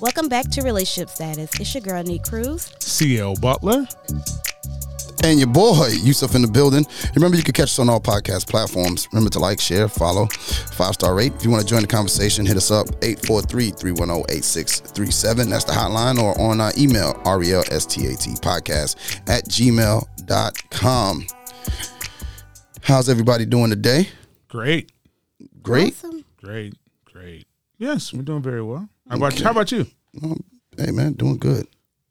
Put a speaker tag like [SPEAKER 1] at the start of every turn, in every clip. [SPEAKER 1] Welcome back to Relationship Status. It's your girl, Neat Cruz.
[SPEAKER 2] CL Butler.
[SPEAKER 3] And your boy, Yusuf in the building. Remember, you can catch us on all podcast platforms. Remember to like, share, follow, five star rate. If you want to join the conversation, hit us up 843 310 8637. That's the hotline or on our email, E podcast at gmail.com. How's everybody doing today?
[SPEAKER 2] Great.
[SPEAKER 3] Great.
[SPEAKER 1] Awesome.
[SPEAKER 2] Great. Great. Yes, we're doing very well. How about how about you?
[SPEAKER 3] Um, hey, man, doing good.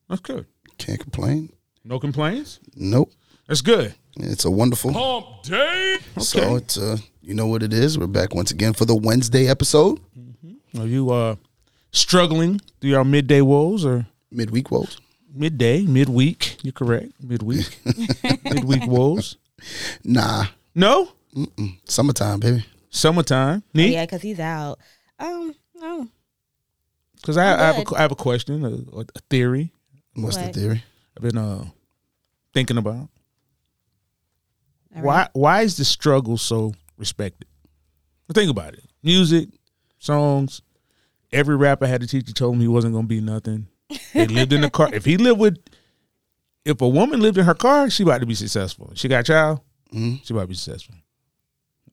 [SPEAKER 2] That's good.
[SPEAKER 3] Can't complain.
[SPEAKER 2] No complaints?
[SPEAKER 3] Nope.
[SPEAKER 2] That's good.
[SPEAKER 3] It's a wonderful.
[SPEAKER 2] Pump day. Oh, Okay.
[SPEAKER 3] So it's uh, you know what it is. We're back once again for the Wednesday episode,
[SPEAKER 2] Are you uh struggling through your midday woes or
[SPEAKER 3] midweek woes.
[SPEAKER 2] midday, midweek? You're correct. Midweek. midweek woes.
[SPEAKER 3] Nah,
[SPEAKER 2] No?
[SPEAKER 3] summertime, baby.
[SPEAKER 2] Summertime.
[SPEAKER 1] Oh,
[SPEAKER 2] Neat.
[SPEAKER 1] yeah, because he's out. Um, oh,
[SPEAKER 2] Because I, I have
[SPEAKER 1] Good.
[SPEAKER 2] a, I have a question, a, a theory
[SPEAKER 3] What's
[SPEAKER 1] What?
[SPEAKER 3] the theory?
[SPEAKER 2] I've been uh thinking about.
[SPEAKER 1] all
[SPEAKER 2] why
[SPEAKER 1] right.
[SPEAKER 2] why is the struggle so respected? Well, think about it. Music, songs. Every rapper had a teacher told him he wasn't gonna be nothing. They lived in a car. If he lived with, if a woman lived in her car, she about to be successful. She got a child,
[SPEAKER 3] Mhm.
[SPEAKER 2] she about to be successful.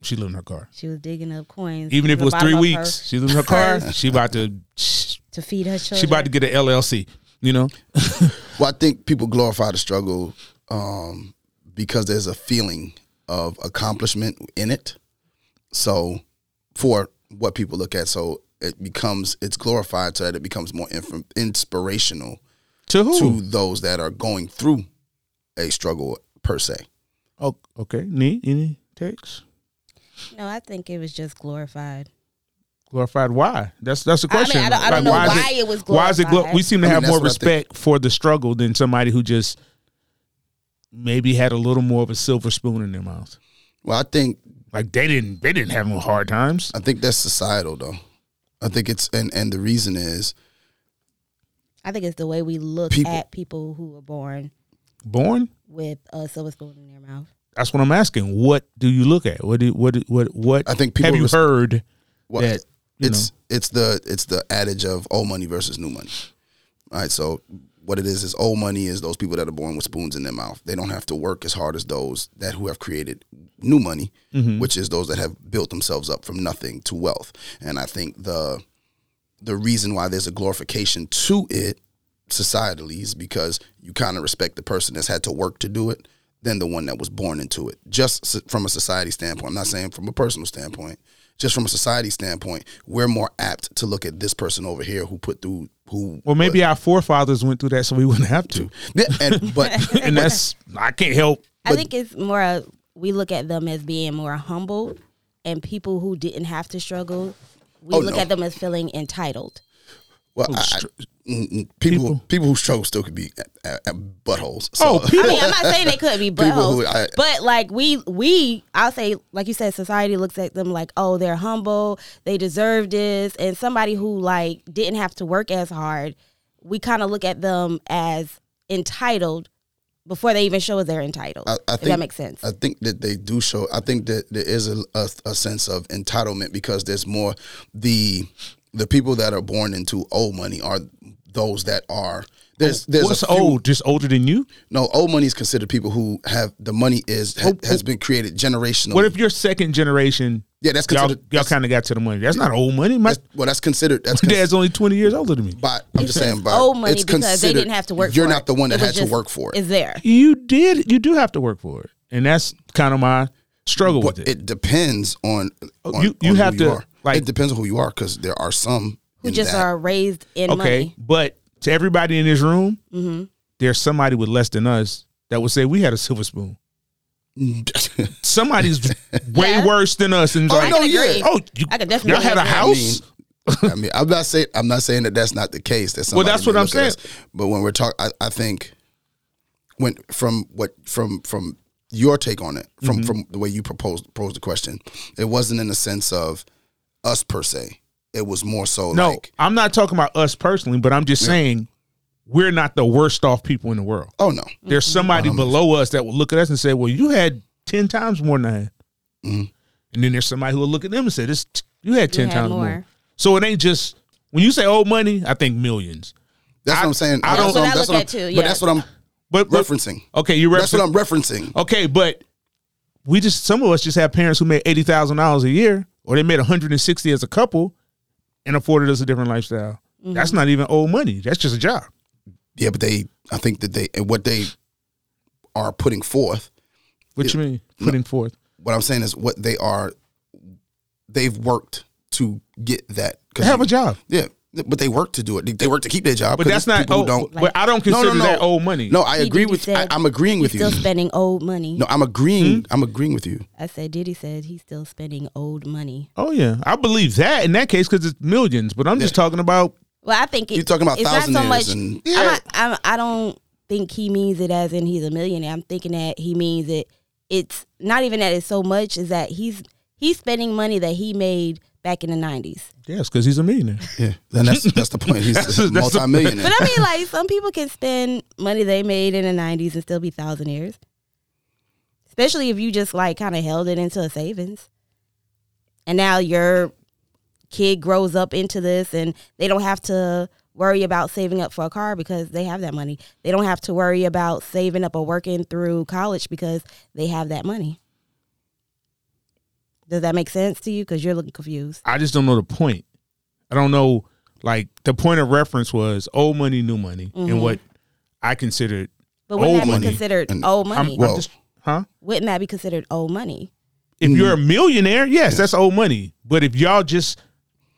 [SPEAKER 2] She lived in her car.
[SPEAKER 1] She was digging up coins.
[SPEAKER 2] Even if it
[SPEAKER 1] from
[SPEAKER 2] was
[SPEAKER 1] the
[SPEAKER 2] three
[SPEAKER 1] bottom of
[SPEAKER 2] weeks, she lived in her car.
[SPEAKER 1] purse.
[SPEAKER 2] She about to, she
[SPEAKER 1] her- to feed her children.
[SPEAKER 2] about to get an LLC. You know,
[SPEAKER 3] Well, I think people glorify the struggle um, because there's a feeling of accomplishment in it. So, for what people look at, so it becomes it's glorified so that it becomes more inf- inspirational
[SPEAKER 2] to who?
[SPEAKER 3] to those that are going through a struggle per se.
[SPEAKER 2] Oh, okay. Any any takes?
[SPEAKER 1] No, I think it was just glorified.
[SPEAKER 2] glorified why that's that's the
[SPEAKER 1] I mean,
[SPEAKER 2] question
[SPEAKER 1] I don't- I don't know why it was
[SPEAKER 2] why is it glo-
[SPEAKER 1] glorified.
[SPEAKER 2] we seem to
[SPEAKER 3] I mean,
[SPEAKER 2] have
[SPEAKER 3] that's
[SPEAKER 2] more
[SPEAKER 3] what I think.
[SPEAKER 2] respect for the struggle than somebody who just maybe had a little more of a silver spoon in their mouth
[SPEAKER 3] Well, I think
[SPEAKER 2] like they didn't they didn't have no hard times
[SPEAKER 3] I think that's societal though. I think it's and and the reason is
[SPEAKER 1] I think it's the way we look
[SPEAKER 3] People.
[SPEAKER 1] at people who were born
[SPEAKER 2] born
[SPEAKER 1] with a silver spoon in their mouth.
[SPEAKER 2] that's what i'm asking what do you look at what do, what do- what what
[SPEAKER 3] I think people
[SPEAKER 2] have you
[SPEAKER 3] res-
[SPEAKER 2] heard
[SPEAKER 3] what
[SPEAKER 2] that you
[SPEAKER 3] it's it's the it's the adage of old money versus new money. All right, so what it is is old money is those people that are born with spoons in their mouth. They don't have to work as hard as those that who have created new money,
[SPEAKER 2] Mm-hmm.
[SPEAKER 3] which is those that have built themselves up from nothing to wealth. And I think the the reason why there's a glorification to it societally is because you kind of respect the person that's had to work to do it than the one that was born into it. Just s- from a society standpoint, I'm not saying from a personal standpoint, just from a society standpoint, we're more apt to look at this person over here who put through who.
[SPEAKER 2] well maybe our forefathers went through that so we wouldn't have to
[SPEAKER 3] Yeah, and, but
[SPEAKER 2] and that's i can't help
[SPEAKER 1] I think it's more of, we look at them as being more humble, and people who didn't have to struggle, we
[SPEAKER 3] Oh,
[SPEAKER 1] look
[SPEAKER 3] no.
[SPEAKER 1] at them as feeling entitled.
[SPEAKER 3] well, I, I- mm, mm, people, people who struggle still could be uh, uh, buttholes. So,
[SPEAKER 2] oh people
[SPEAKER 1] I mean, I'm not saying they couldn't be
[SPEAKER 3] People who-
[SPEAKER 1] buttholes,
[SPEAKER 3] I-
[SPEAKER 1] but like we, we, I'll say, like you said, society looks at them like, oh, they're humble, they deserve this, and somebody who like didn't have to work as hard, we kind of look at them as entitled before they even show us they're entitled.
[SPEAKER 3] I, I
[SPEAKER 1] if
[SPEAKER 3] think
[SPEAKER 1] that makes sense.
[SPEAKER 3] I think that they do show. I think that there is a, a, a sense of entitlement because there's more the the people that are born into old money are those that are there's there's
[SPEAKER 2] Oh, what's
[SPEAKER 3] a few-
[SPEAKER 2] old just older than you
[SPEAKER 3] no old money is considered people who have the money is ha, has been created generationally.
[SPEAKER 2] what if you're second generation
[SPEAKER 3] yeah, that's
[SPEAKER 2] y'all,
[SPEAKER 3] considered.
[SPEAKER 2] y'all
[SPEAKER 3] that's,
[SPEAKER 2] kind of got to the money. That's not old money. My
[SPEAKER 3] that's, well, that's considered. That's considered
[SPEAKER 2] dad's only twenty years older than me.
[SPEAKER 3] by, I'm just saying by
[SPEAKER 1] owe money
[SPEAKER 3] it's
[SPEAKER 1] because they
[SPEAKER 3] considered-
[SPEAKER 1] didn't have to work.
[SPEAKER 3] You're
[SPEAKER 1] for
[SPEAKER 3] not
[SPEAKER 1] it.
[SPEAKER 3] the one that
[SPEAKER 1] It was
[SPEAKER 3] had
[SPEAKER 1] just-
[SPEAKER 3] to work for it.
[SPEAKER 1] Is there?
[SPEAKER 2] You did. You do have to work for it, and that's kind of my struggle
[SPEAKER 3] But
[SPEAKER 2] with
[SPEAKER 3] it.
[SPEAKER 2] it.
[SPEAKER 3] depends on, on
[SPEAKER 2] you- you
[SPEAKER 3] on
[SPEAKER 2] have
[SPEAKER 3] who
[SPEAKER 2] to,
[SPEAKER 3] are.
[SPEAKER 2] like-
[SPEAKER 3] it depends on who you are because there are some
[SPEAKER 1] Who
[SPEAKER 3] in
[SPEAKER 1] just
[SPEAKER 3] that-
[SPEAKER 1] are raised in
[SPEAKER 2] okay,
[SPEAKER 1] money? Mm-hmm.
[SPEAKER 2] but to everybody in this room, there's somebody with less than us that would say we had a silver spoon. Somebody's way
[SPEAKER 1] Yeah.
[SPEAKER 2] worse than us, and it's
[SPEAKER 3] Oh,
[SPEAKER 2] like,
[SPEAKER 3] no,
[SPEAKER 1] I can agree.
[SPEAKER 3] yeah.
[SPEAKER 2] oh, you,
[SPEAKER 1] I could definitely
[SPEAKER 2] y'all had a
[SPEAKER 1] agree.
[SPEAKER 3] I mean,
[SPEAKER 2] house.
[SPEAKER 3] I mean, I'm not saying I'm not saying that that's not the case. That
[SPEAKER 2] Well,
[SPEAKER 3] somebody
[SPEAKER 2] that's what
[SPEAKER 3] may
[SPEAKER 2] I'm
[SPEAKER 3] look at
[SPEAKER 2] saying.
[SPEAKER 3] us. But when we're talking, I think when from what from from your take on it, from
[SPEAKER 2] Mm-hmm.
[SPEAKER 3] from the way you proposed posed the question, it wasn't in the sense of us per se. It was more so
[SPEAKER 2] No,
[SPEAKER 3] like,
[SPEAKER 2] I'm not talking about us personally, but I'm just saying we're not the worst off people in the world.
[SPEAKER 3] oh no,
[SPEAKER 2] There's
[SPEAKER 1] Mm-hmm.
[SPEAKER 2] somebody below us that will look at us and say, "Well, you had ten times more than I had,"
[SPEAKER 3] Mm-hmm.
[SPEAKER 2] and then there's somebody who will look at them and say, "This you had ten
[SPEAKER 1] had
[SPEAKER 2] times more.
[SPEAKER 1] more.
[SPEAKER 2] So it ain't just when you say old money. I think millions,
[SPEAKER 3] that's what I'm saying.
[SPEAKER 2] I
[SPEAKER 3] That's
[SPEAKER 2] don't-
[SPEAKER 3] what I'm-
[SPEAKER 1] That's
[SPEAKER 3] that's
[SPEAKER 1] what I
[SPEAKER 3] what
[SPEAKER 1] look
[SPEAKER 3] I'm-
[SPEAKER 1] at too,
[SPEAKER 3] But
[SPEAKER 1] yeah.
[SPEAKER 3] that's what I'm
[SPEAKER 2] but, but
[SPEAKER 3] referencing.
[SPEAKER 2] okay, you
[SPEAKER 3] That's
[SPEAKER 2] referencing.
[SPEAKER 3] what I'm referencing.
[SPEAKER 2] Okay, but we just some of us just have parents who made eighty thousand dollars a year, or they made one hundred and sixty as a couple, and afforded us a different lifestyle.
[SPEAKER 1] Mm-hmm.
[SPEAKER 2] That's not even old money. That's just a job.
[SPEAKER 3] Yeah, but they, I think that they, and what they are putting forth,
[SPEAKER 2] What you mean putting forth?
[SPEAKER 3] what I'm saying is what they are, they've worked to get that.
[SPEAKER 2] They have a job,
[SPEAKER 3] Yeah, but they work to do it. They- They work to keep their job.
[SPEAKER 2] but
[SPEAKER 3] 'cause
[SPEAKER 2] that's
[SPEAKER 3] there's
[SPEAKER 2] not.
[SPEAKER 3] people
[SPEAKER 2] Oh,
[SPEAKER 3] who don't.
[SPEAKER 2] but I don't
[SPEAKER 3] No,
[SPEAKER 2] consider
[SPEAKER 3] no, no.
[SPEAKER 2] that old money.
[SPEAKER 3] No, I agree
[SPEAKER 1] Diddy
[SPEAKER 3] with. I,
[SPEAKER 1] said
[SPEAKER 3] I'm agreeing with
[SPEAKER 1] he's
[SPEAKER 3] you.
[SPEAKER 1] still spending old money.
[SPEAKER 3] No, I'm agreeing.
[SPEAKER 2] Hmm?
[SPEAKER 3] I'm agreeing with you.
[SPEAKER 1] I said Diddy said he's still spending old money.
[SPEAKER 2] Oh yeah, I believe that in that case because it's millions. But I'm just talking about
[SPEAKER 1] Well, I think it,
[SPEAKER 3] You're talking about
[SPEAKER 1] it's not so
[SPEAKER 3] thousandaires
[SPEAKER 1] much.
[SPEAKER 3] and-
[SPEAKER 1] I'm not, I'm, I don't think he means it as in he's a millionaire. I'm thinking that he means it. It's not even that it's so much is that he's he's spending money that he made back in the '90s.
[SPEAKER 2] yes, because he's a millionaire.
[SPEAKER 3] Yeah, and that's that's the point. He's
[SPEAKER 2] That's-
[SPEAKER 3] a
[SPEAKER 2] that's the-
[SPEAKER 3] multimillionaire.
[SPEAKER 1] But I mean, like some people can spend money they made in the '90s and still be thousandaires. Especially if you just like kind of held it into a savings, and now your kid grows up into this, and they don't have to worry about saving up for a car because they have that money. They don't have to worry about saving up or working through college because they have that money. Does that make sense to you? Because you're looking confused.
[SPEAKER 2] I just don't know the point. I don't know like the point of reference was old money, new money, and what I considered
[SPEAKER 1] But wouldn't
[SPEAKER 2] Old
[SPEAKER 1] that be
[SPEAKER 2] money.
[SPEAKER 1] considered
[SPEAKER 3] And
[SPEAKER 1] old
[SPEAKER 2] I'm,
[SPEAKER 1] money?
[SPEAKER 2] I'm
[SPEAKER 3] Well-
[SPEAKER 2] just, huh?
[SPEAKER 1] wouldn't that be considered old money?
[SPEAKER 2] If you're a millionaire, mm-hmm. yes, that's old money. But if y'all just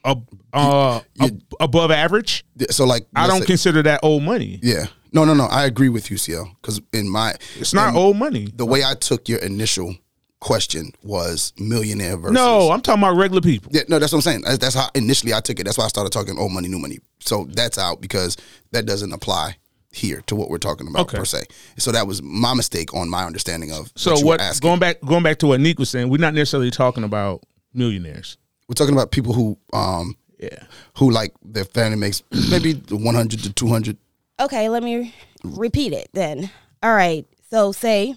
[SPEAKER 2] uh, uh, ab- above average,
[SPEAKER 3] So like,
[SPEAKER 2] I
[SPEAKER 3] let's
[SPEAKER 2] don't
[SPEAKER 3] say-
[SPEAKER 2] consider that old money.
[SPEAKER 3] Yeah, no, no, no. I agree with you, CL. Because in my,
[SPEAKER 2] It's not oh. old money.
[SPEAKER 3] the way I took your initial question was millionaire versus.
[SPEAKER 2] No, I'm talking about regular people.
[SPEAKER 3] Yeah, no, that's what I'm saying. That's, that's how initially I took it. That's why I started talking old money, new money. So that's out because that doesn't apply here to what we're talking about
[SPEAKER 2] Okay.
[SPEAKER 3] per se. So that was my mistake on my understanding of.
[SPEAKER 2] So
[SPEAKER 3] you were
[SPEAKER 2] what?
[SPEAKER 3] asking.
[SPEAKER 2] Going back, going back to what Nick was saying, we're not necessarily talking about millionaires.
[SPEAKER 3] we're talking about people who, um,
[SPEAKER 2] Yeah.
[SPEAKER 3] who like their family makes maybe 100 to 200.
[SPEAKER 1] Okay, let me repeat it then. All right. So say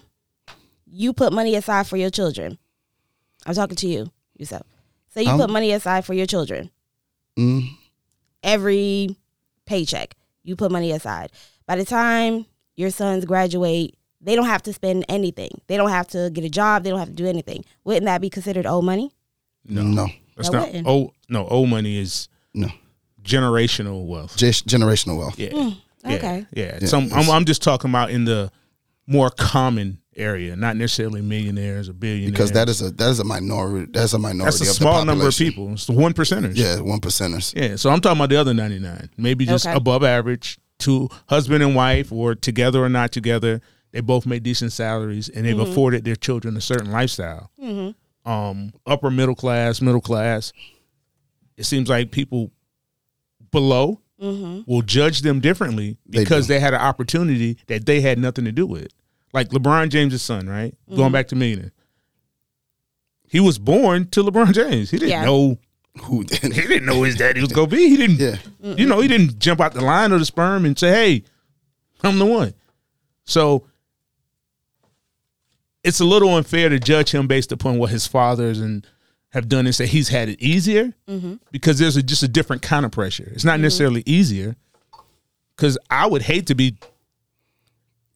[SPEAKER 1] you put money aside for your children. I'm talking to you, yourself. Say you put money aside for your children.
[SPEAKER 3] Mm,
[SPEAKER 1] Every paycheck, you put money aside. By the time your sons graduate, they don't have to spend anything. They don't have to get a job. They don't have to do anything. Wouldn't that be considered old money?
[SPEAKER 3] No, no,
[SPEAKER 2] That's
[SPEAKER 1] That
[SPEAKER 2] not
[SPEAKER 1] wouldn't.
[SPEAKER 2] old. No, old money is generational wealth.
[SPEAKER 3] Just generational wealth.
[SPEAKER 2] Yeah. yeah.
[SPEAKER 1] Mm, okay.
[SPEAKER 2] Yeah. Some. I'm, I'm just talking about in the more common area, not necessarily millionaires or billionaires.
[SPEAKER 3] Because that is a that is a minority. That's a minority.
[SPEAKER 2] that's a
[SPEAKER 3] of
[SPEAKER 2] small
[SPEAKER 3] the
[SPEAKER 2] number of
[SPEAKER 3] population.
[SPEAKER 2] people. It's the one percenters.
[SPEAKER 3] Yeah, one percenters.
[SPEAKER 2] Yeah, so I'm talking about the other 99. Maybe just
[SPEAKER 1] Okay.
[SPEAKER 2] above average, two husband and wife, or together or not together. They both make decent salaries and
[SPEAKER 1] Mm-hmm.
[SPEAKER 2] they've afforded their children a certain lifestyle. Um, upper middle class, middle class. It seems like people below
[SPEAKER 1] Mm-hmm.
[SPEAKER 2] will judge them differently because they, had an opportunity that they had nothing to do with. Like LeBron James' son, right?
[SPEAKER 1] Mm-hmm.
[SPEAKER 2] Going back to millionaire. He was born to LeBron James. He didn't
[SPEAKER 1] Yeah.
[SPEAKER 2] know
[SPEAKER 3] Who
[SPEAKER 2] he didn't know his daddy was gonna be. He didn't.
[SPEAKER 3] Yeah.
[SPEAKER 2] You know, he didn't jump out the line of the sperm and say, "Hey, I'm the one." So it's a little unfair to judge him based upon what his fathers and have done and say he's had it easier because there's a, just a different kind of pressure. It's not necessarily easier because I would hate to be.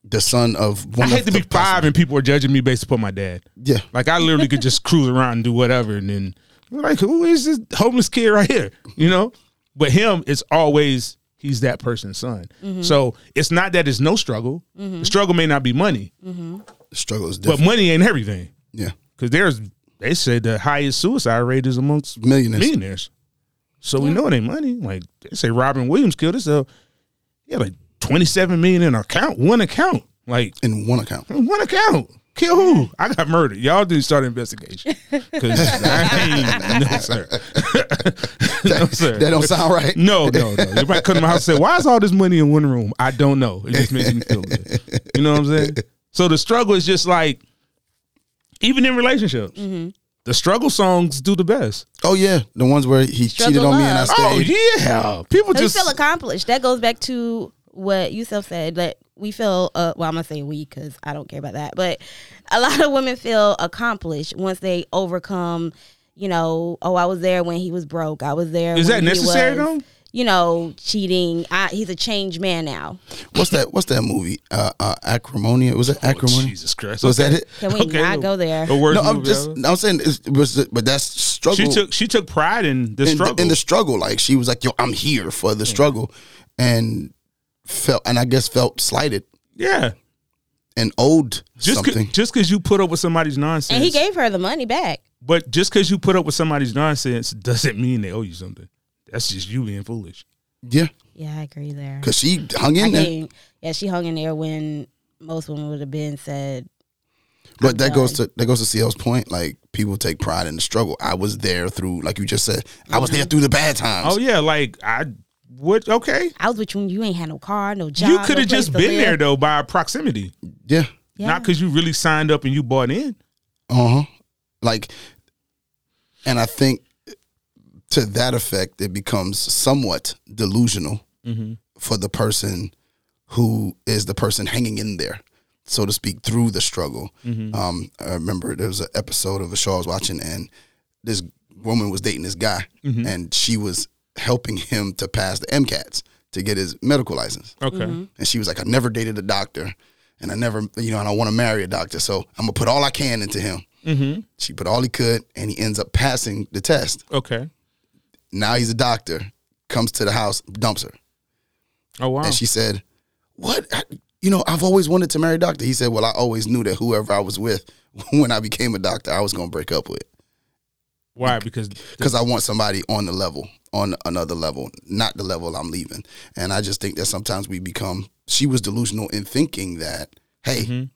[SPEAKER 3] the son of
[SPEAKER 2] I
[SPEAKER 3] one
[SPEAKER 2] hate
[SPEAKER 3] of
[SPEAKER 2] to
[SPEAKER 3] the
[SPEAKER 2] be five and people are judging me based upon my dad.
[SPEAKER 3] Yeah.
[SPEAKER 2] Like I literally could just cruise around and do whatever, and then like, who is this homeless kid right here? You know. But him, it's always he's that person's son. So it's not that it's no struggle. The struggle may not be money,
[SPEAKER 3] struggle is
[SPEAKER 2] but
[SPEAKER 3] different.
[SPEAKER 2] money ain't everything.
[SPEAKER 3] yeah.
[SPEAKER 2] Because there's they said the highest suicide rate is amongst
[SPEAKER 3] Millionaires.
[SPEAKER 2] millionaires. So we know it ain't money. Like they say, Robin Williams killed himself. He had like twenty seven million in account, one account. Like
[SPEAKER 3] In one account.
[SPEAKER 2] on One account. Kill who? I got murdered. Y'all didn't start an investigation. 'Cause I ain't- no, sir. no, sir.
[SPEAKER 3] That don't sound right.
[SPEAKER 2] No, no, no. You might come to my house and say, Why is all this money in one room? I don't know. It just makes me feel good. You know what I'm saying? So the struggle is just like, even in relationships, The struggle songs do the best.
[SPEAKER 3] Oh yeah, the ones where he
[SPEAKER 1] Struggle
[SPEAKER 3] cheated on me and I
[SPEAKER 1] Love.
[SPEAKER 2] Oh
[SPEAKER 3] stayed.
[SPEAKER 2] yeah, people
[SPEAKER 1] We
[SPEAKER 2] just
[SPEAKER 1] feel accomplished. That goes back to what you self said that we feel. Uh, well, I'm gonna say we because I don't care about that. But a lot of women feel accomplished once they overcome. You know, oh, I was there when he was broke. I was there.
[SPEAKER 2] Is
[SPEAKER 1] when
[SPEAKER 2] that
[SPEAKER 1] he
[SPEAKER 2] necessary,
[SPEAKER 1] was,
[SPEAKER 2] though?
[SPEAKER 1] You know, cheating. I, he's a changed man now.
[SPEAKER 3] What's that? What's that movie? Uh, uh Acrimonia. Was it Acrimonia?
[SPEAKER 2] Oh, Jesus Christ.
[SPEAKER 3] Was that it?
[SPEAKER 1] Can we not go there?
[SPEAKER 2] The worst
[SPEAKER 3] No, I'm
[SPEAKER 2] movie
[SPEAKER 3] just.
[SPEAKER 2] ever.
[SPEAKER 3] I'm saying it's- it was, but that's struggle.
[SPEAKER 2] She took she took pride in the
[SPEAKER 3] in, the-
[SPEAKER 2] struggle.
[SPEAKER 3] in the struggle. Like she was like, "Yo, I'm here for the struggle," and felt and I guess felt slighted
[SPEAKER 2] yeah,
[SPEAKER 3] and owed
[SPEAKER 2] just
[SPEAKER 3] something.
[SPEAKER 2] cause, just because you put up with somebody's nonsense,
[SPEAKER 1] And he gave her the money back.
[SPEAKER 2] but just because you put up with somebody's nonsense doesn't mean they owe you something. That's just you being foolish.
[SPEAKER 3] yeah,
[SPEAKER 1] Yeah, I agree there.
[SPEAKER 3] because she hung in
[SPEAKER 1] I
[SPEAKER 3] there.
[SPEAKER 1] think, yeah, she hung in there when most women would have been said,
[SPEAKER 3] But that goes to that goes to CL's point. Like people take pride in the struggle. I was there through, like you just said, I was there through the bad times.
[SPEAKER 2] Oh yeah, like I would. Okay,
[SPEAKER 1] I was with you when you ain't had no car, no job.
[SPEAKER 2] you
[SPEAKER 1] no
[SPEAKER 2] could have
[SPEAKER 1] place
[SPEAKER 2] just
[SPEAKER 1] to
[SPEAKER 2] been
[SPEAKER 1] live.
[SPEAKER 2] there though by proximity,
[SPEAKER 3] yeah.
[SPEAKER 1] Yeah.
[SPEAKER 2] not because you really signed up and you bought in.
[SPEAKER 3] Uh huh. Like, and I think to that effect, it becomes somewhat delusional
[SPEAKER 2] Mm-hmm.
[SPEAKER 3] for the person who is the person hanging in there, so to speak, through the struggle. Um, I remember there was an episode of a show I was watching, and this woman was dating this guy, and she was helping him to pass the MCATs to get his medical license.
[SPEAKER 2] Okay,
[SPEAKER 1] Mm-hmm.
[SPEAKER 3] And she was like, I never dated a doctor. And I never, you know, and I want to marry a doctor. So I'm going to put all I can into him. Mm-hmm. She put all he could, and he ends up passing the test.
[SPEAKER 2] okay.
[SPEAKER 3] Now he's a doctor, comes to the house, dumps her.
[SPEAKER 2] Oh wow.
[SPEAKER 3] And she said, What? I, you know, I've always wanted to marry a doctor. He said, Well, I always knew that whoever I was with when I became a doctor, I was going to break up with
[SPEAKER 2] Why? Because
[SPEAKER 3] because I want somebody on the level, on another level, not the level I'm leaving. And I just think that sometimes we become, she was delusional in thinking that, hey,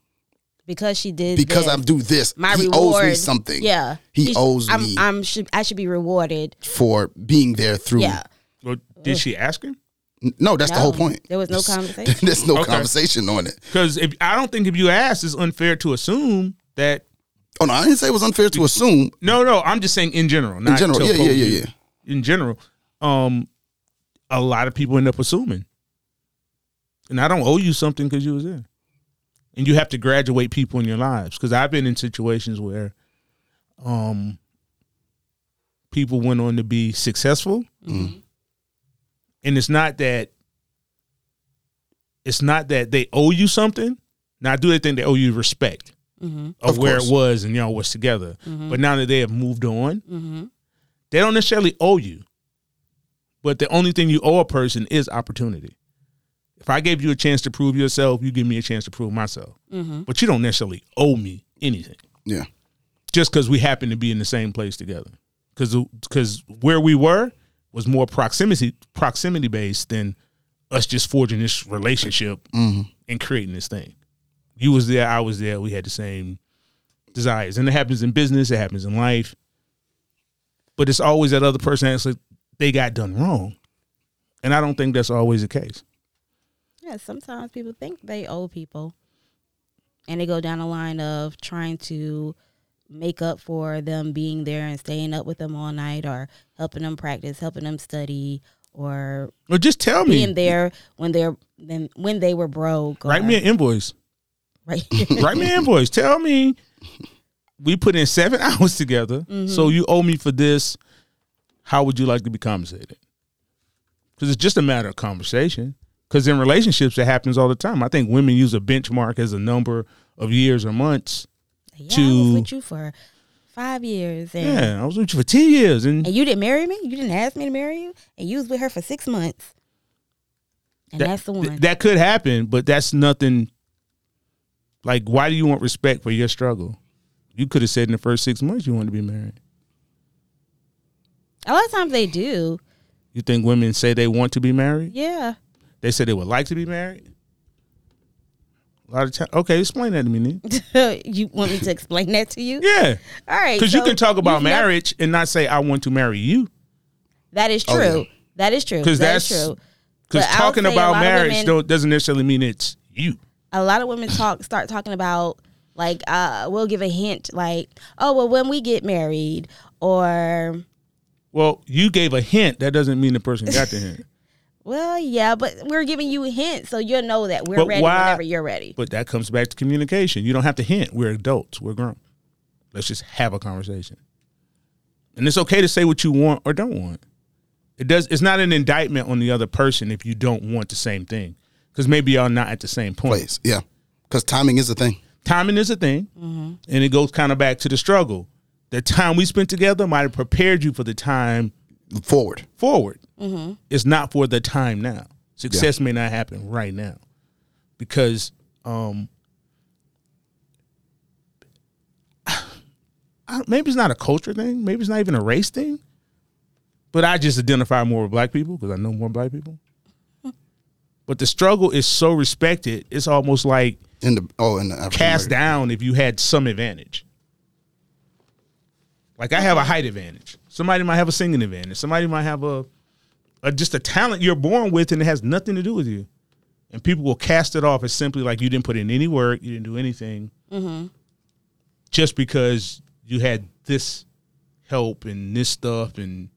[SPEAKER 1] because she did
[SPEAKER 3] because
[SPEAKER 1] this,
[SPEAKER 3] I do this,
[SPEAKER 1] my
[SPEAKER 3] he
[SPEAKER 1] reward
[SPEAKER 3] owes me something.
[SPEAKER 1] Yeah,
[SPEAKER 3] He
[SPEAKER 1] He's-
[SPEAKER 3] owes
[SPEAKER 1] I'm,
[SPEAKER 3] me
[SPEAKER 1] I'm should I should be rewarded.
[SPEAKER 3] for being there through.
[SPEAKER 1] Yeah,
[SPEAKER 2] well, did she ask him?
[SPEAKER 3] N- No, that's the
[SPEAKER 1] No,
[SPEAKER 3] whole point.
[SPEAKER 1] There was no conversation.
[SPEAKER 3] There's no
[SPEAKER 2] Okay.
[SPEAKER 3] conversation on it.
[SPEAKER 2] Because if I don't think if you ask, it's unfair to assume that.
[SPEAKER 3] Oh no, I didn't say it was unfair to assume.
[SPEAKER 2] No, no, I'm just saying in general. Not
[SPEAKER 3] general,
[SPEAKER 2] to
[SPEAKER 3] yeah, yeah,
[SPEAKER 2] oppose
[SPEAKER 3] yeah,
[SPEAKER 2] you.
[SPEAKER 3] yeah.
[SPEAKER 2] In general, um, a lot of people end up assuming, and I don't owe you something because you was there, and you have to graduate people in your lives. Because I've been in situations where, um, people went on to be successful, and it's not that. It's not that they owe you something. Now, I do they think they owe you respect of,
[SPEAKER 3] Of
[SPEAKER 2] where
[SPEAKER 3] course.
[SPEAKER 2] it was and y'all was together. But now that they have moved on, they don't necessarily owe you. But the only thing you owe a person is opportunity. If I gave you a chance to prove yourself, you give me a chance to prove myself. But you don't necessarily owe me anything
[SPEAKER 3] Yeah,
[SPEAKER 2] just because we happen to be in the same place together. Because because where we were was more proximity proximity based than us just forging this relationship and creating this thing. You was there, I was there. We had the same desires, and it happens in business. It happens in life. But it's always that other person that's like they got done wrong, and I don't think that's always the case.
[SPEAKER 1] yeah, sometimes people think they owe people, and they go down a line of trying to make up for them being there and staying up with them all night, or helping them practice, helping them study, or
[SPEAKER 2] Or just tell me,
[SPEAKER 1] being there when they're then when they were broke. Or,
[SPEAKER 2] write me an invoice.
[SPEAKER 1] right.
[SPEAKER 2] Write me an invoice. Tell me we put in seven hours together, so
[SPEAKER 1] Mm-hmm.
[SPEAKER 2] you owe me for this. How would you like to be compensated? Because it's just a matter of conversation. Because in relationships, it happens all the time. I think women use a benchmark as a number of years or months.
[SPEAKER 1] yeah, I
[SPEAKER 2] to-
[SPEAKER 1] was with you for five years, and
[SPEAKER 2] Yeah, I was with you for ten years, and
[SPEAKER 1] and you didn't marry me. You didn't ask me to marry you, and you was with her for six months, and that's the one.
[SPEAKER 2] th- that could happen, but that's nothing. Like, why do you want respect for your struggle? You could have said in the first six months you wanted to be married.
[SPEAKER 1] a lot of times they do.
[SPEAKER 2] You think women say they want to be married?
[SPEAKER 1] Yeah,
[SPEAKER 2] They said they would like to be married. A lot of time. Okay, explain that to me, Nick.
[SPEAKER 1] you want me to explain that to you?
[SPEAKER 2] Yeah,
[SPEAKER 1] All right,
[SPEAKER 2] because you
[SPEAKER 1] so
[SPEAKER 2] can talk about
[SPEAKER 1] you've nev-
[SPEAKER 2] marriage and not say I want to marry you.
[SPEAKER 1] that is true.
[SPEAKER 3] Oh, yeah.
[SPEAKER 1] That is true.
[SPEAKER 2] 'Cause
[SPEAKER 1] That is
[SPEAKER 2] that's-
[SPEAKER 1] true.
[SPEAKER 2] Because
[SPEAKER 1] But I'll
[SPEAKER 2] talking
[SPEAKER 1] say a
[SPEAKER 2] about
[SPEAKER 1] lot of
[SPEAKER 2] marriage
[SPEAKER 1] women-
[SPEAKER 2] don't, doesn't necessarily mean it's you.
[SPEAKER 1] A lot of women talk start talking about Like uh, we'll give a hint, like, oh well, when we get married, or
[SPEAKER 2] Well, you gave a hint. That doesn't mean the person got the hint.
[SPEAKER 1] well, yeah, but we're giving you hints, so you'll know that we're
[SPEAKER 2] But
[SPEAKER 1] ready
[SPEAKER 2] why-
[SPEAKER 1] whenever you're ready.
[SPEAKER 2] But that comes back to communication. You don't have to hint. We're adults. We're grown. Let's just have a conversation. And it's okay to say what you want or don't want. It does it's not an indictment on the other person if you don't want the same thing. Because maybe y'all not at the same point.
[SPEAKER 3] place. Yeah, because timing is the thing.
[SPEAKER 2] Timing is a thing. And it goes kind of back to the struggle. The time we spent together might have prepared you for the time
[SPEAKER 3] Forward.
[SPEAKER 2] forward. It's not for the time now. Success may not happen right now because um, I, maybe it's not a culture thing. Maybe it's not even a race thing. But I just identify more with black people because I know more black people. But the struggle is so respected, it's almost like
[SPEAKER 3] In the oh, in the African
[SPEAKER 2] cast
[SPEAKER 3] American.
[SPEAKER 2] down if you had some advantage. Like I have a height advantage. Somebody might have a singing advantage. Somebody might have a, a just a talent you're born with and it has nothing to do with you. And people will cast it off as simply like you didn't put in any work, you didn't do anything, just because you had this help and this stuff and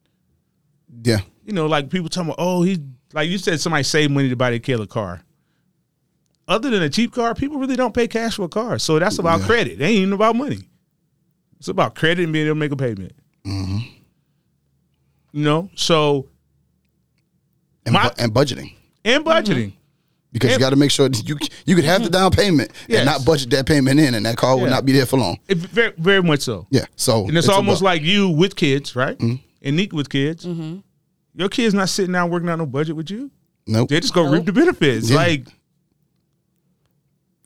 [SPEAKER 3] Yeah,
[SPEAKER 2] you know, like people talking about, oh, he like you said somebody saved money to buy their killer car. Other than a cheap car, people really don't pay cash for a car. So that's about
[SPEAKER 3] Yeah.
[SPEAKER 2] credit. It ain't even about money. It's about credit and being able to make a payment.
[SPEAKER 3] Mm-hmm.
[SPEAKER 2] You know? So
[SPEAKER 3] and,
[SPEAKER 2] My-
[SPEAKER 3] bu- and budgeting
[SPEAKER 2] and
[SPEAKER 3] Mm-hmm.
[SPEAKER 2] budgeting.
[SPEAKER 3] because
[SPEAKER 2] And-
[SPEAKER 3] you got to make sure that you you could have the down payment
[SPEAKER 2] Yes.
[SPEAKER 3] and not budget that payment in, and that car
[SPEAKER 2] Yeah.
[SPEAKER 3] will not be there for long.
[SPEAKER 2] It, very very much so.
[SPEAKER 3] Yeah, so
[SPEAKER 2] And it's, almost like you with kids, right?
[SPEAKER 3] Mhm.
[SPEAKER 2] And Nick with kids. Your kids not sitting down working out no budget with you.
[SPEAKER 3] nope,
[SPEAKER 2] They're just gonna reap
[SPEAKER 1] Nope.
[SPEAKER 2] the benefits.
[SPEAKER 3] Yeah.
[SPEAKER 2] Like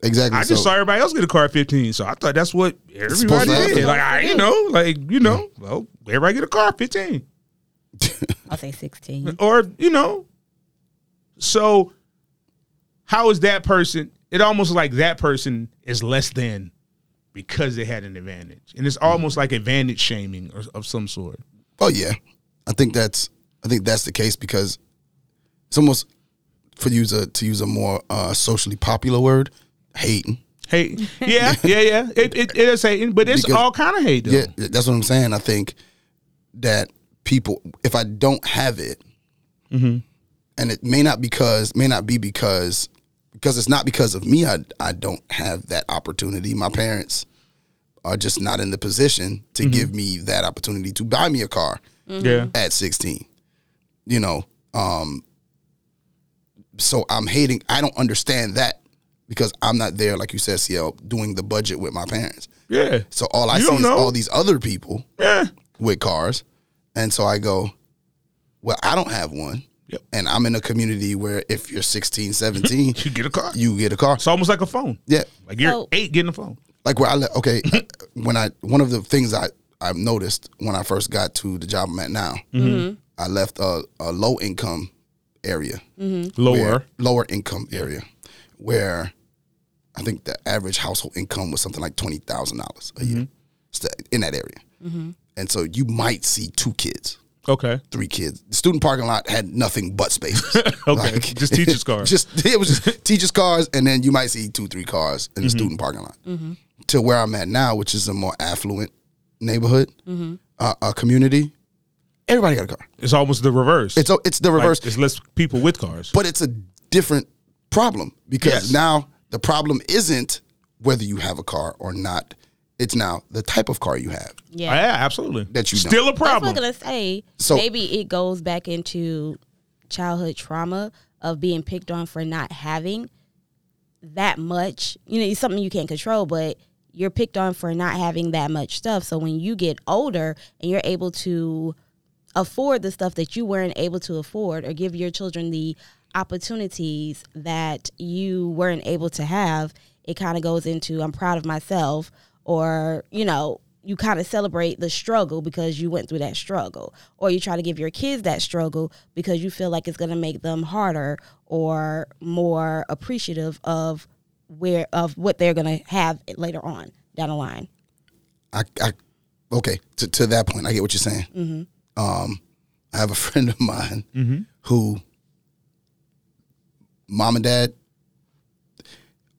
[SPEAKER 3] exactly.
[SPEAKER 2] I just
[SPEAKER 3] so,
[SPEAKER 2] saw everybody else get a car at 15, so I thought that's what everybody
[SPEAKER 3] supposed to
[SPEAKER 2] did.
[SPEAKER 3] happen.
[SPEAKER 2] Like, I, you know, like, you know, well, everybody get a car at 15.
[SPEAKER 1] I'll say sixteen.
[SPEAKER 2] Or, you know, so how is that person, it almost like that person is less than because they had an advantage. And it's almost like advantage shaming or, of some sort.
[SPEAKER 3] Oh yeah, I think that's I think that's the case because it's almost for use a to use a more uh, socially popular word, hating.
[SPEAKER 2] Hey, yeah, yeah, yeah. It, it, it is hating, but it's
[SPEAKER 3] Because-
[SPEAKER 2] all kind of hate, though.
[SPEAKER 3] Yeah, that's what I'm saying. I think that people, if I don't have it, and it may not because may not be because because it's not because of me. I I don't have that opportunity. My parents are just not in the position to give me that opportunity to buy me a car
[SPEAKER 2] yeah.
[SPEAKER 3] at 16 you know um so i'm hating i don't understand that because i'm not there like you said cl doing the budget with my parents
[SPEAKER 2] Yeah.
[SPEAKER 3] so all i
[SPEAKER 2] You
[SPEAKER 3] see
[SPEAKER 2] don't
[SPEAKER 3] is
[SPEAKER 2] know.
[SPEAKER 3] all these other people
[SPEAKER 2] Yeah.
[SPEAKER 3] with cars and so i go well i don't have one
[SPEAKER 2] Yep.
[SPEAKER 3] and i'm in a community where if you're 16 17
[SPEAKER 2] You get a car.
[SPEAKER 3] you get a car
[SPEAKER 2] It's almost like a phone.
[SPEAKER 3] yeah
[SPEAKER 2] Like you're
[SPEAKER 1] So-
[SPEAKER 2] eight getting a phone.
[SPEAKER 3] like where I le- okay I- when I one of the things I I noticed when I first got to the job I'm at now I left a, a low income area
[SPEAKER 2] Lower.
[SPEAKER 3] where- lower income area where I think the average household income was something like twenty thousand dollars a
[SPEAKER 2] Mm-hmm.
[SPEAKER 3] year It's the- in that area and so you might see two kids
[SPEAKER 2] Okay.
[SPEAKER 3] three kids. The student parking lot had nothing but spaces. okay,
[SPEAKER 2] just teachers' cars.
[SPEAKER 3] just it was just teachers' cars, and then you might see two, three cars in the
[SPEAKER 2] Mm-hmm.
[SPEAKER 3] student parking lot. To where I'm at now, which is a more affluent neighborhood,
[SPEAKER 2] Mm-hmm.
[SPEAKER 3] uh, a community. Everybody got a car.
[SPEAKER 2] It's almost the reverse.
[SPEAKER 3] It's a- it's the
[SPEAKER 2] Like,
[SPEAKER 3] reverse,
[SPEAKER 2] it's less people with cars.
[SPEAKER 3] but it's a different problem because
[SPEAKER 2] Yes.
[SPEAKER 3] now the problem isn't whether you have a car or not. It's now the type of car you have.
[SPEAKER 2] yeah,
[SPEAKER 1] Yeah,
[SPEAKER 2] absolutely.
[SPEAKER 3] That you don't.
[SPEAKER 2] still a
[SPEAKER 1] that's what
[SPEAKER 2] problem.
[SPEAKER 1] I'm gonna say.
[SPEAKER 3] So-
[SPEAKER 1] maybe it goes back into childhood trauma of being picked on for not having that much. You know, it's something you can't control, but you're picked on for not having that much stuff. So when you get older and you're able to afford the stuff that you weren't able to afford or give your children the opportunities that you weren't able to have, it kind of goes into I'm proud of myself or, you know, you kind of celebrate the struggle because you went through that struggle or you try to give your kids that struggle because you feel like it's going to make them harder or more appreciative of where of what they're going to have later on down the line.
[SPEAKER 3] I, I okay to, to that point i get what you're saying um i have a friend of mine who mom and dad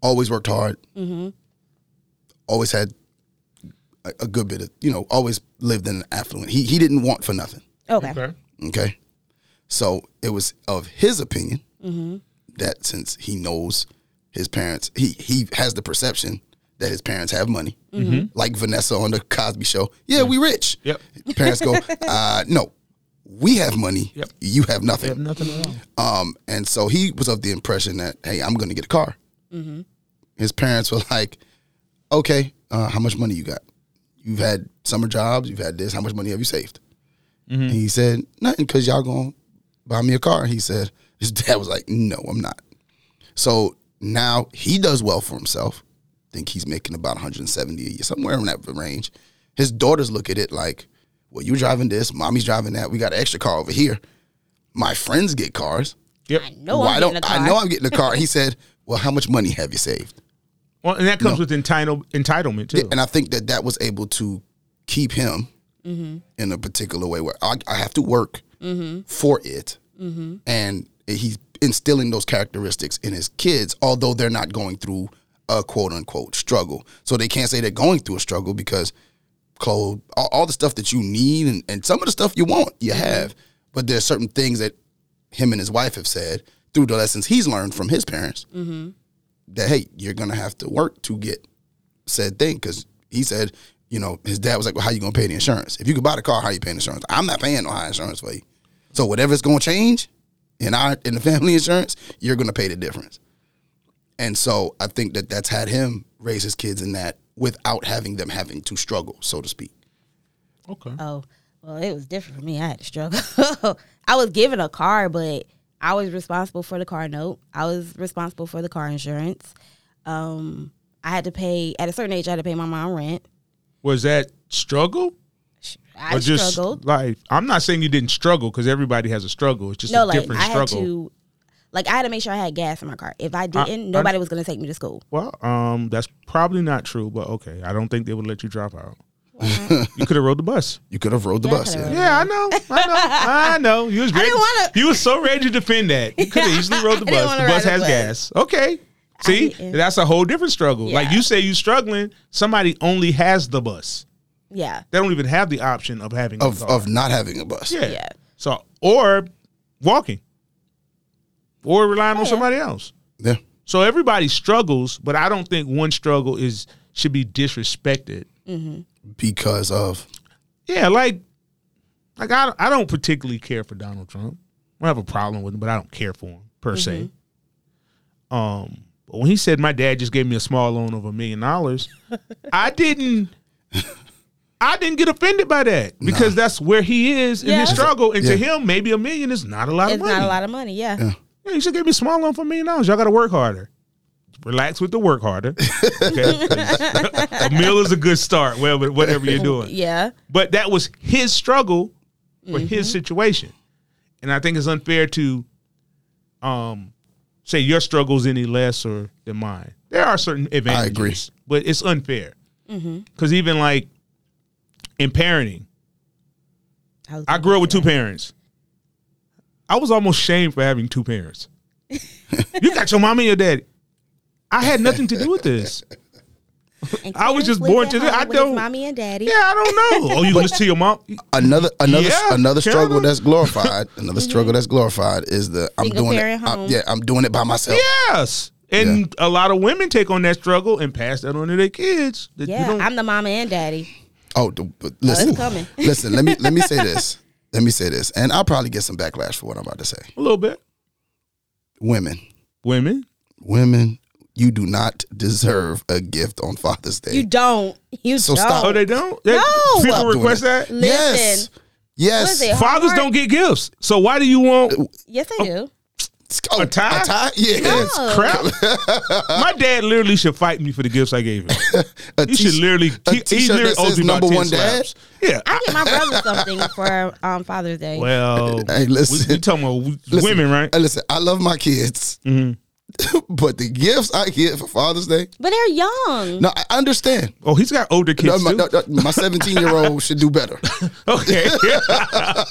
[SPEAKER 3] always worked hard always had a, a good bit of, you know, always lived in an affluent. He he didn't want for nothing.
[SPEAKER 1] Okay.
[SPEAKER 2] Okay.
[SPEAKER 3] Okay. So it was of his opinion that since he knows his parents, he he has the perception that his parents have money. Like Vanessa on the Cosby Show. Yeah, we rich.
[SPEAKER 2] Mm-hmm. Yep.
[SPEAKER 3] Parents go, uh, no, we have money.
[SPEAKER 2] Yep.
[SPEAKER 3] You have nothing.
[SPEAKER 2] Nothing wrong.
[SPEAKER 3] Um, and so he was of the impression that, hey, I'm going to get a car. His parents were like, okay, uh, how much money you got? You've had summer jobs, you've had this. How much money have you saved? And he said, nothing, because y'all going to buy me a car. He said, his dad was like, no, I'm not. So now he does well for himself. think he's making about 170 a year, somewhere in that range. His daughters look at it like, well, you're driving this, mommy's driving that. We got an extra car over here. My friends get cars.
[SPEAKER 2] Yep.
[SPEAKER 1] I know
[SPEAKER 3] Why
[SPEAKER 1] I'm
[SPEAKER 3] don't
[SPEAKER 1] getting a car.
[SPEAKER 3] I know I'm getting a car? He said, "Well, how much money have you saved?"
[SPEAKER 2] Well, and that comes with entitle, entitlement too.
[SPEAKER 3] And I think that that was able to keep him in a particular way where I, I have to work for it, and he's instilling those characteristics in his kids, although they're not going through a quote unquote struggle. So they can't say they're going through a struggle because clothes, all, all the stuff that you need, and, and some of the stuff you want, you have. But there's certain things that him and his wife have said through the lessons he's learned from his parents that hey, you're gonna have to work to get said thing because he said, you know, his dad was like, well, how you gonna pay the insurance? If you could buy the car, how you paying insurance? I'm not paying no high insurance for you. So whatever it's gonna change in our in the family insurance, you're gonna pay the difference. And so I think that that's had him raise his kids in that without having them having to struggle, so to speak.
[SPEAKER 2] okay.
[SPEAKER 1] Oh, well, it was different for me. I had to struggle. I was given a car, but I was responsible for the car note. I was responsible for the car insurance. Um, I had to pay at a certain age. I had to pay my mom rent.
[SPEAKER 2] Was that struggle?
[SPEAKER 1] I
[SPEAKER 2] or just
[SPEAKER 1] struggled.
[SPEAKER 2] like I'm not saying you didn't struggle because everybody has a struggle. It's just
[SPEAKER 1] No,
[SPEAKER 2] a
[SPEAKER 1] like
[SPEAKER 2] different
[SPEAKER 1] I had
[SPEAKER 2] struggle.
[SPEAKER 1] to, like I had to make sure I had gas in my car. If I didn't, nobody was going to take me to school.
[SPEAKER 2] Well, um, that's probably not true, but okay. I don't think they would let you drop out. you could have rode the bus.
[SPEAKER 3] You could have rode the
[SPEAKER 1] Yeah, I
[SPEAKER 3] bus.
[SPEAKER 1] coulda
[SPEAKER 3] Yeah.
[SPEAKER 1] rode
[SPEAKER 2] Yeah, I know. I know. I know. You was ready.
[SPEAKER 1] didn't wanna-
[SPEAKER 2] You was so ready to defend that. You could have easily rode the
[SPEAKER 1] I didn't
[SPEAKER 2] bus.
[SPEAKER 1] wanna
[SPEAKER 2] The bus
[SPEAKER 1] ride
[SPEAKER 2] has
[SPEAKER 1] the
[SPEAKER 2] gas. Okay. See,
[SPEAKER 1] didn't.
[SPEAKER 2] that's a whole different struggle. Like
[SPEAKER 1] Yeah.
[SPEAKER 2] you say, you struggling. Somebody only has the bus.
[SPEAKER 1] Yeah,
[SPEAKER 2] They don't even have the option of having
[SPEAKER 3] Of
[SPEAKER 2] a car.
[SPEAKER 3] of not having a bus.
[SPEAKER 2] yeah.
[SPEAKER 1] yeah.
[SPEAKER 2] So or walking, or relying on somebody else.
[SPEAKER 3] Yeah.
[SPEAKER 2] So everybody struggles, but I don't think one struggle is should be disrespected.
[SPEAKER 3] Because of
[SPEAKER 2] Yeah, like like I I don't particularly care for Donald Trump. I don't have a problem with him, but I don't care for him per se.
[SPEAKER 1] Mm-hmm.
[SPEAKER 2] Um, but when he said my dad just gave me a small loan of a million dollars, I didn't. I didn't get offended by that because that's where he is in
[SPEAKER 1] Yeah.
[SPEAKER 2] his struggle. And to
[SPEAKER 3] Yeah.
[SPEAKER 2] him, maybe a million is not a lot
[SPEAKER 1] It's
[SPEAKER 2] of money.
[SPEAKER 1] not a lot of money. Yeah,
[SPEAKER 2] Yeah, you should give me a small loan for a million dollars. Y'all got to work harder. Relax with the work harder. Okay? a meal is a good start. Well, with whatever you're doing,
[SPEAKER 1] yeah.
[SPEAKER 2] but that was his struggle for his situation, and I think it's unfair to um, say your struggle's any less or than mine. There are certain advantages,
[SPEAKER 3] agree.
[SPEAKER 2] but it's unfair because even like in parenting,
[SPEAKER 1] was
[SPEAKER 2] I
[SPEAKER 1] gonna
[SPEAKER 2] grew up with
[SPEAKER 1] say
[SPEAKER 2] two parents. I was almost shamed for having two parents. you got your mommy and your daddy. I had nothing to do with this.
[SPEAKER 1] that. And
[SPEAKER 2] I was
[SPEAKER 1] Clarence
[SPEAKER 2] just
[SPEAKER 1] lives
[SPEAKER 2] born
[SPEAKER 1] at
[SPEAKER 2] to this.
[SPEAKER 1] home
[SPEAKER 2] I
[SPEAKER 1] with his
[SPEAKER 2] don't-
[SPEAKER 1] Mommy and daddy.
[SPEAKER 2] Yeah, I don't know. Oh, you listen to your mom?
[SPEAKER 3] another another
[SPEAKER 2] Yeah,
[SPEAKER 3] another struggle
[SPEAKER 2] kinda.
[SPEAKER 3] that's glorified another struggle that's glorified is the I'm
[SPEAKER 1] Mm-hmm. Single
[SPEAKER 3] doing it
[SPEAKER 1] parent
[SPEAKER 3] I'm-
[SPEAKER 1] home.
[SPEAKER 3] yeah I'm doing it by myself
[SPEAKER 2] Yes. And a lot of women take on that struggle and pass that on to their kids. That you
[SPEAKER 1] Yeah,
[SPEAKER 2] don't-
[SPEAKER 1] I'm the mama and daddy.
[SPEAKER 3] oh d- but listen
[SPEAKER 1] coming.
[SPEAKER 3] listen let me let me say this let me say this and I'll probably get some backlash for what I'm about to say
[SPEAKER 2] a little bit.
[SPEAKER 3] women
[SPEAKER 2] Women.
[SPEAKER 3] women you do not deserve a gift on Father's Day
[SPEAKER 1] You don't. You
[SPEAKER 3] So
[SPEAKER 1] don't.
[SPEAKER 3] stop.
[SPEAKER 2] Oh, they don't? They-
[SPEAKER 1] No.
[SPEAKER 2] People
[SPEAKER 1] Stop
[SPEAKER 3] doing
[SPEAKER 2] request
[SPEAKER 3] that.
[SPEAKER 2] that?
[SPEAKER 3] yes
[SPEAKER 1] Listen.
[SPEAKER 3] yes
[SPEAKER 1] What is it?
[SPEAKER 2] Fathers
[SPEAKER 1] Hallmark.
[SPEAKER 2] don't get gifts. So why do you want
[SPEAKER 1] Yes, I do.
[SPEAKER 3] Oh,
[SPEAKER 2] A tie?
[SPEAKER 3] a tie yeah
[SPEAKER 1] No.
[SPEAKER 2] crap? My dad literally should fight me for the gifts I gave him.
[SPEAKER 3] a
[SPEAKER 2] You should
[SPEAKER 3] t-
[SPEAKER 2] literally.
[SPEAKER 3] a
[SPEAKER 2] He, he
[SPEAKER 3] t-shirt
[SPEAKER 2] literally
[SPEAKER 3] that
[SPEAKER 2] owes
[SPEAKER 3] says
[SPEAKER 2] me about
[SPEAKER 3] number
[SPEAKER 2] 10
[SPEAKER 3] one dad?
[SPEAKER 2] slaps. Yeah.
[SPEAKER 1] I get my brother something for um, Father's Day.
[SPEAKER 2] well,
[SPEAKER 3] Hey, listen.
[SPEAKER 2] we, we talking about w-
[SPEAKER 3] Listen,
[SPEAKER 2] women, right? Mm-hmm.
[SPEAKER 3] uh, Listen, I love my kids. but the gifts I get for Father's Day,
[SPEAKER 1] But they're young.
[SPEAKER 3] no, I I understand.
[SPEAKER 2] Oh, he's got older
[SPEAKER 3] No,
[SPEAKER 2] kids
[SPEAKER 3] my,
[SPEAKER 2] too.
[SPEAKER 3] no, no, my 17 year old should do better.
[SPEAKER 2] Okay,
[SPEAKER 3] My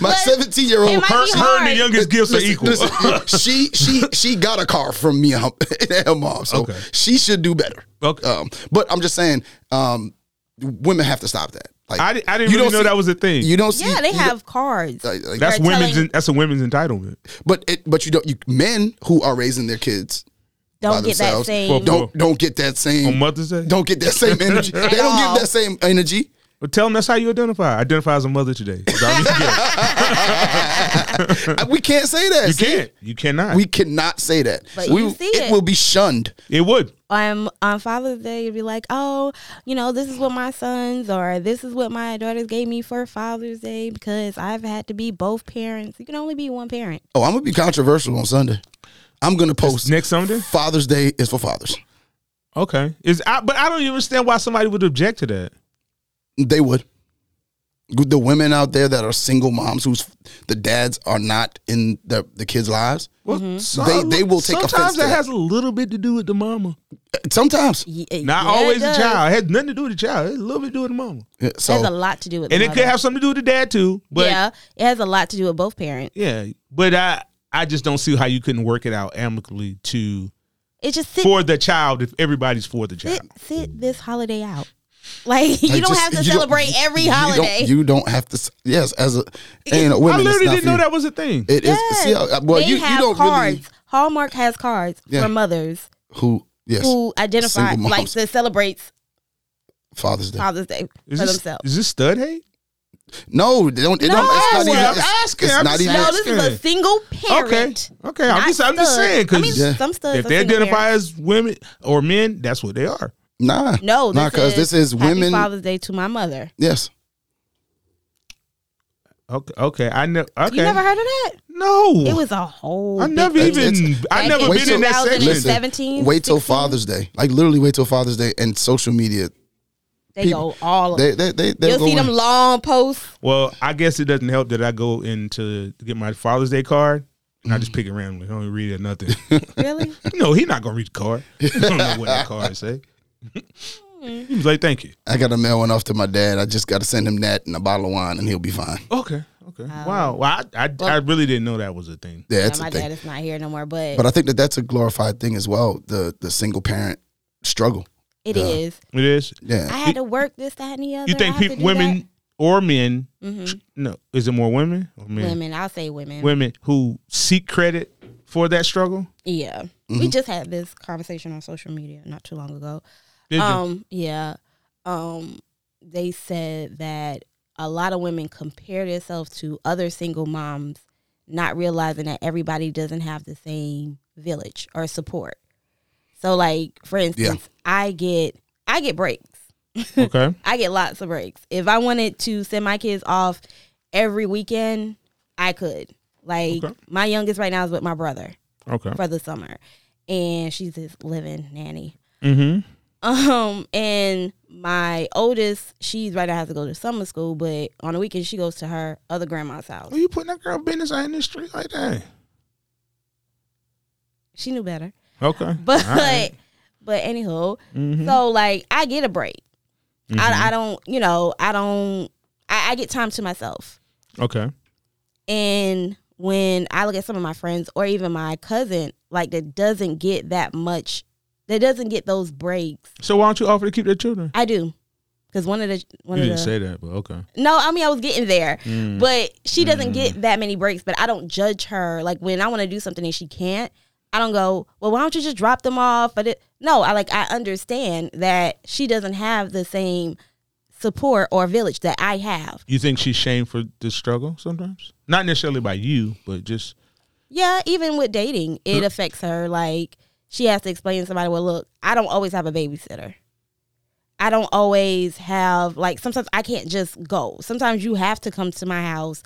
[SPEAKER 1] But
[SPEAKER 3] 17 year old
[SPEAKER 1] it might
[SPEAKER 2] her,
[SPEAKER 1] be
[SPEAKER 2] her and the
[SPEAKER 1] hard.
[SPEAKER 2] youngest gifts are equal.
[SPEAKER 3] she she she got a car from me and her, and her mom, so
[SPEAKER 2] Okay.
[SPEAKER 3] she should do better.
[SPEAKER 2] Okay.
[SPEAKER 3] Um, but I'm just saying, um, women have to stop that. Like
[SPEAKER 2] I, di- I didn't
[SPEAKER 3] you
[SPEAKER 2] really
[SPEAKER 3] don't
[SPEAKER 2] know
[SPEAKER 3] see-
[SPEAKER 2] that was a thing.
[SPEAKER 3] You don't see.
[SPEAKER 1] yeah, they
[SPEAKER 3] you
[SPEAKER 1] have cards.
[SPEAKER 3] don't- like-
[SPEAKER 2] that's
[SPEAKER 1] They're
[SPEAKER 2] women's.
[SPEAKER 1] telling-
[SPEAKER 2] en- that's a women's entitlement.
[SPEAKER 3] but it, but you don't. You men who are raising their kids by
[SPEAKER 1] Don't get that
[SPEAKER 3] themselves
[SPEAKER 1] same.
[SPEAKER 2] Well,
[SPEAKER 3] don't don't get that
[SPEAKER 2] On
[SPEAKER 3] same
[SPEAKER 2] Mother's Day,
[SPEAKER 3] Mm. don't get that same energy. they don't
[SPEAKER 1] all.
[SPEAKER 3] give that same energy.
[SPEAKER 2] Well, tell them that's how you identify. Identify as a mother today. That's all you get.
[SPEAKER 3] I- we can't say that.
[SPEAKER 2] You
[SPEAKER 3] see?
[SPEAKER 2] can't. You cannot.
[SPEAKER 3] We cannot say that.
[SPEAKER 1] But
[SPEAKER 3] we,
[SPEAKER 1] you see it.
[SPEAKER 3] will be shunned.
[SPEAKER 2] it would.
[SPEAKER 1] on um, on Father's Day, you'd be like, "Oh, you know, this is what my sons or this is what my daughters gave me for Father's Day because I've had to be both parents. You can only be one parent."
[SPEAKER 3] Oh, I'm gonna be controversial on Sunday. I'm gonna post
[SPEAKER 2] Next Sunday.
[SPEAKER 3] Father's Day is for fathers.
[SPEAKER 2] Okay. Is I, but I don't even understand why somebody would object to that.
[SPEAKER 3] They would. The women out there that are single moms whose the dads are not in the, the kids' lives.
[SPEAKER 2] Well,
[SPEAKER 3] Mm-hmm. They- they will take
[SPEAKER 2] sometimes
[SPEAKER 3] offense to
[SPEAKER 2] that,
[SPEAKER 3] that.
[SPEAKER 2] has a little bit to do with the mama.
[SPEAKER 3] Sometimes
[SPEAKER 1] Y- it-
[SPEAKER 2] Not
[SPEAKER 1] yeah, it
[SPEAKER 2] always the
[SPEAKER 1] does.
[SPEAKER 2] child. It has nothing to do with the child. It's a little bit to do with the mama.
[SPEAKER 3] Yeah,
[SPEAKER 1] It has a
[SPEAKER 3] so
[SPEAKER 1] lot to do with
[SPEAKER 2] And
[SPEAKER 1] the
[SPEAKER 2] it could
[SPEAKER 1] mother.
[SPEAKER 2] have something to do with the dad too. But yeah.
[SPEAKER 1] yeah, it has a lot to do with both parents.
[SPEAKER 2] But I I just don't see how you couldn't work it out amicably to
[SPEAKER 1] It just sit
[SPEAKER 2] for the child if everybody's for the child.
[SPEAKER 1] sit, sit this holiday out. Like you
[SPEAKER 3] Like,
[SPEAKER 1] don't
[SPEAKER 3] just-
[SPEAKER 1] have to
[SPEAKER 3] you don't-
[SPEAKER 1] celebrate every
[SPEAKER 3] you don't-
[SPEAKER 1] holiday.
[SPEAKER 3] You don't, have to. s- Yes, as a and a
[SPEAKER 2] I literally
[SPEAKER 3] women, it's not
[SPEAKER 2] didn't
[SPEAKER 3] for
[SPEAKER 2] know
[SPEAKER 3] you.
[SPEAKER 2] that was a thing.
[SPEAKER 3] It is.
[SPEAKER 1] Yes.
[SPEAKER 3] See, uh, well,
[SPEAKER 1] they
[SPEAKER 3] you, you
[SPEAKER 1] have
[SPEAKER 3] don't
[SPEAKER 1] cards.
[SPEAKER 3] really
[SPEAKER 1] Hallmark has cards
[SPEAKER 3] Yeah.
[SPEAKER 1] for mothers
[SPEAKER 3] who yes
[SPEAKER 1] who identify
[SPEAKER 3] Single
[SPEAKER 1] like
[SPEAKER 3] moms.
[SPEAKER 1] that celebrates
[SPEAKER 3] Father's Day.
[SPEAKER 1] Father's Day
[SPEAKER 2] Is
[SPEAKER 1] for
[SPEAKER 2] this,
[SPEAKER 1] themselves.
[SPEAKER 2] is this stud hate?
[SPEAKER 3] No, they don't. It
[SPEAKER 1] No.
[SPEAKER 3] don't it's
[SPEAKER 1] That's
[SPEAKER 3] not
[SPEAKER 1] what
[SPEAKER 3] even.
[SPEAKER 1] I'm
[SPEAKER 3] it's-
[SPEAKER 2] asking.
[SPEAKER 3] It's
[SPEAKER 2] I'm
[SPEAKER 3] not
[SPEAKER 2] just
[SPEAKER 3] even.
[SPEAKER 1] No, this is
[SPEAKER 2] Okay.
[SPEAKER 1] a single parent.
[SPEAKER 2] Okay. Okay. I'm
[SPEAKER 1] Not
[SPEAKER 2] just, I'm just
[SPEAKER 1] stud.
[SPEAKER 2] saying
[SPEAKER 1] I mean,
[SPEAKER 2] because
[SPEAKER 3] Yeah.
[SPEAKER 1] some studs
[SPEAKER 2] if
[SPEAKER 1] are
[SPEAKER 2] they
[SPEAKER 1] single
[SPEAKER 2] identify
[SPEAKER 1] parents.
[SPEAKER 2] as women or men, that's what they are.
[SPEAKER 3] Nah,
[SPEAKER 1] no,
[SPEAKER 3] nah, because this is
[SPEAKER 1] Happy
[SPEAKER 3] women.
[SPEAKER 1] Father's Day to my mother.
[SPEAKER 3] Yes,
[SPEAKER 2] Okay. Okay. I never. Okay.
[SPEAKER 1] You never heard of that?
[SPEAKER 2] no.
[SPEAKER 1] It was a whole.
[SPEAKER 2] I
[SPEAKER 1] big
[SPEAKER 2] never
[SPEAKER 1] thing.
[SPEAKER 3] It's-
[SPEAKER 2] even.
[SPEAKER 3] it's-
[SPEAKER 2] I
[SPEAKER 1] Back
[SPEAKER 2] never
[SPEAKER 1] in
[SPEAKER 2] been in that
[SPEAKER 1] 2000 and
[SPEAKER 2] section.
[SPEAKER 1] seven- 17,
[SPEAKER 3] wait till
[SPEAKER 1] 16.
[SPEAKER 3] Father's Day. Like literally, wait till Father's Day and social media.
[SPEAKER 1] They
[SPEAKER 3] people-
[SPEAKER 1] go all.
[SPEAKER 3] They they they they
[SPEAKER 1] You'll see them long posts.
[SPEAKER 2] Well, I guess it doesn't help that I go in to get my Father's Day card and I just pick it randomly. I don't even read it or nothing.
[SPEAKER 1] Really?
[SPEAKER 2] no, he not gonna read the card. He don't know what that card say. he was like, "Thank you."
[SPEAKER 3] I got to mail one off to my dad. I just got to send him that and a bottle of wine, and he'll be fine.
[SPEAKER 2] Okay. Okay.
[SPEAKER 1] Oh.
[SPEAKER 2] wow. Well, I, I, I really didn't know that was a thing.
[SPEAKER 3] Yeah,
[SPEAKER 1] Yeah,
[SPEAKER 3] that's
[SPEAKER 1] my
[SPEAKER 3] a thing.
[SPEAKER 1] dad is not here no more, but,
[SPEAKER 3] But I think that that's a glorified thing as well. The the single parent struggle.
[SPEAKER 1] it is.
[SPEAKER 2] It is.
[SPEAKER 1] I
[SPEAKER 3] Yeah,
[SPEAKER 1] had to work this, that, and the other.
[SPEAKER 2] You
[SPEAKER 1] I
[SPEAKER 2] think
[SPEAKER 1] have to
[SPEAKER 2] people,
[SPEAKER 1] do
[SPEAKER 2] women or men? No, is it more women or
[SPEAKER 1] that.
[SPEAKER 2] men?
[SPEAKER 1] women. I'll say women.
[SPEAKER 2] Women who seek credit for that struggle.
[SPEAKER 1] Yeah, we
[SPEAKER 3] Mm-hmm.
[SPEAKER 1] just had this conversation on social media not too long ago.
[SPEAKER 2] Did you?
[SPEAKER 1] Um, yeah. Um, they said that a lot of women compare themselves to other single moms, not realizing that everybody doesn't have the same village or support. So, like for instance, I get I get breaks.
[SPEAKER 2] okay.
[SPEAKER 1] I get lots of breaks. If I wanted to send my kids off every weekend, I could. Like
[SPEAKER 2] Okay.
[SPEAKER 1] my youngest right now is with my brother
[SPEAKER 2] Okay.
[SPEAKER 1] for the summer, and she's this living nanny.
[SPEAKER 2] Mm-hmm.
[SPEAKER 1] Um, and my oldest, she's right now has to go to summer school, but on the weekend she goes to her other grandma's house.
[SPEAKER 2] Well, you putting that girl business out in the street like that?
[SPEAKER 1] She knew better,
[SPEAKER 2] Okay.
[SPEAKER 1] but
[SPEAKER 2] All right.
[SPEAKER 1] but anywho,
[SPEAKER 2] Mhm.
[SPEAKER 1] so like I get a break.
[SPEAKER 2] Mhm.
[SPEAKER 1] I I don't you know I don't I, I get time to myself.
[SPEAKER 2] okay.
[SPEAKER 1] And when I look at some of my friends or even my cousin, like that doesn't get that much, that doesn't get those breaks.
[SPEAKER 2] So why don't you offer to keep their children?
[SPEAKER 1] I do, because one of the one
[SPEAKER 2] You
[SPEAKER 1] of
[SPEAKER 2] didn't
[SPEAKER 1] the
[SPEAKER 2] say that, but okay.
[SPEAKER 1] no, I mean I was getting there,
[SPEAKER 2] Mm.
[SPEAKER 1] but she doesn't get that many breaks. But I don't judge her. Like when I want to do something and she can't, I don't go. Well, why don't you just drop them off? But it, no, I like I understand that she doesn't have the same support or village that I have.
[SPEAKER 2] You think she's shamed for the struggle sometimes? Not necessarily by you, but just
[SPEAKER 1] Yeah, even with dating, it affects her. Like she has to explain to somebody, well, look, I don't always have a babysitter. I don't always have like sometimes I can't just go. Sometimes you have to come to my house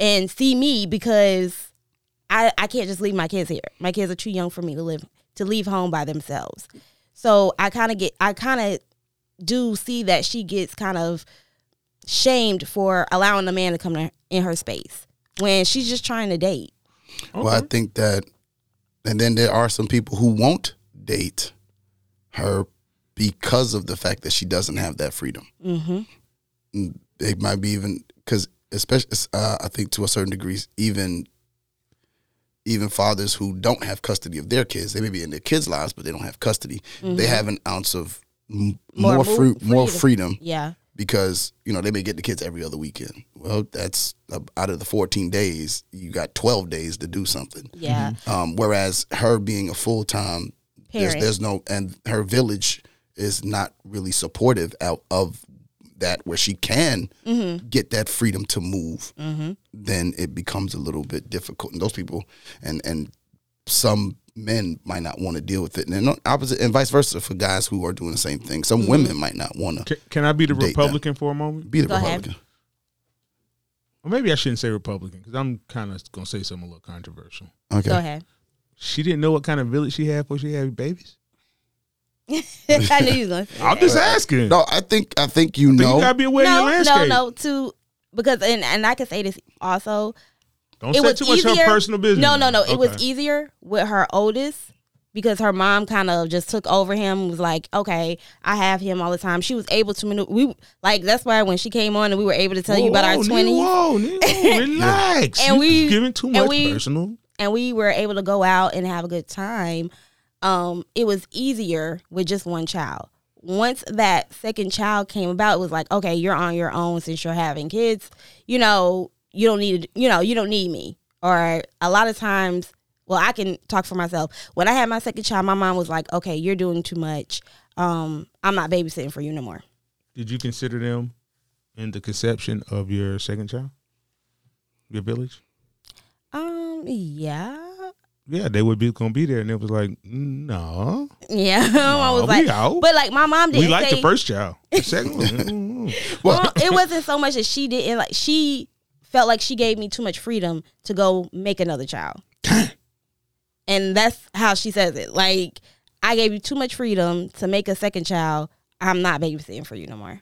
[SPEAKER 1] and see me because I I can't just leave my kids here. My kids are too young for me to live to leave home by themselves. So I kind of get I kind of do see that she gets kind of shamed for allowing a man to come to, in her space when she's just trying to date.
[SPEAKER 2] okay.
[SPEAKER 3] Well, I think that And then there are some people who won't date her because of the fact that she doesn't have that freedom. Mm-hmm. They might be even because, especially, uh, I think to a certain degree, even even fathers who don't have custody of their kids, they may be in their kids' lives, but they don't have custody. They have an ounce of m-
[SPEAKER 1] Mm-hmm. More
[SPEAKER 3] more,
[SPEAKER 1] mo-
[SPEAKER 3] fruit, more
[SPEAKER 1] freedom.
[SPEAKER 3] freedom
[SPEAKER 1] Yeah.
[SPEAKER 3] because you know they may get the kids every other weekend. Well, that's uh, out of the 14 days, you got 12 days to do something.
[SPEAKER 1] Yeah.
[SPEAKER 3] Um, whereas her being a full time, there's,
[SPEAKER 1] Parent.
[SPEAKER 3] there's no, and her village is not really supportive out of that where she can
[SPEAKER 1] Mm-hmm.
[SPEAKER 3] get that freedom to move. Then it becomes a little bit difficult, and those people, and and some men might not want to deal with it, and then opposite, and vice versa for guys who are doing the same thing. Some
[SPEAKER 1] Mm-hmm.
[SPEAKER 3] women might not want to
[SPEAKER 2] Can, can I be the
[SPEAKER 3] Date them.
[SPEAKER 2] Republican for a moment?
[SPEAKER 3] be the
[SPEAKER 1] Go ahead.
[SPEAKER 3] Republican.
[SPEAKER 2] Or maybe I shouldn't say Republican because I'm kind of going to say something a little controversial.
[SPEAKER 3] Okay.
[SPEAKER 1] Go ahead.
[SPEAKER 2] She didn't know what kind of village she had before she had babies.
[SPEAKER 1] I knew you was going to say
[SPEAKER 2] I'm
[SPEAKER 1] that.
[SPEAKER 2] just asking.
[SPEAKER 3] No, I think I think you
[SPEAKER 2] But
[SPEAKER 3] know.
[SPEAKER 2] you gotta be aware of your
[SPEAKER 1] no, no,
[SPEAKER 2] landscape.
[SPEAKER 1] no. To because and and I can say this also.
[SPEAKER 2] Don't say too much her personal business.
[SPEAKER 1] No, no, no. It was
[SPEAKER 2] Okay.
[SPEAKER 1] easier with her oldest because her mom kind of just took over him. Was like, okay, I have him all the time. She was able to maneuver. We like that's why when she came on and we were able to tell you about
[SPEAKER 2] Whoa,
[SPEAKER 1] our twenties
[SPEAKER 2] Whoa, nigga, relax.
[SPEAKER 1] And
[SPEAKER 2] and we
[SPEAKER 1] we-
[SPEAKER 2] giving too
[SPEAKER 1] and
[SPEAKER 2] much
[SPEAKER 1] we-
[SPEAKER 2] personal.
[SPEAKER 1] and we were able to go out and have a good time. Um, it was easier with just one child. Once that second child came about, it was like, okay, you're on your own since you're having kids. You know, you don't need you know, you don't need me. Or a lot of times, well, I can talk for myself. When I had my second child, my mom was like, okay, you're doing too much. Um, I'm not babysitting for you no more.
[SPEAKER 2] Did you consider them in the conception of your second child, your village?
[SPEAKER 1] Um, yeah,
[SPEAKER 2] Yeah, they would be gonna be there, and it was like, no,
[SPEAKER 1] yeah. I was
[SPEAKER 2] we
[SPEAKER 1] like,
[SPEAKER 2] out.
[SPEAKER 1] but like my mom didn't
[SPEAKER 2] we like
[SPEAKER 1] say,
[SPEAKER 2] the first child, the second one. mm, mm.
[SPEAKER 1] well, it wasn't so much that she didn't like. She felt like she gave me too much freedom to go make another child, and that's how she says it. Like I gave you too much freedom to make a second child. I'm not babysitting for you no more.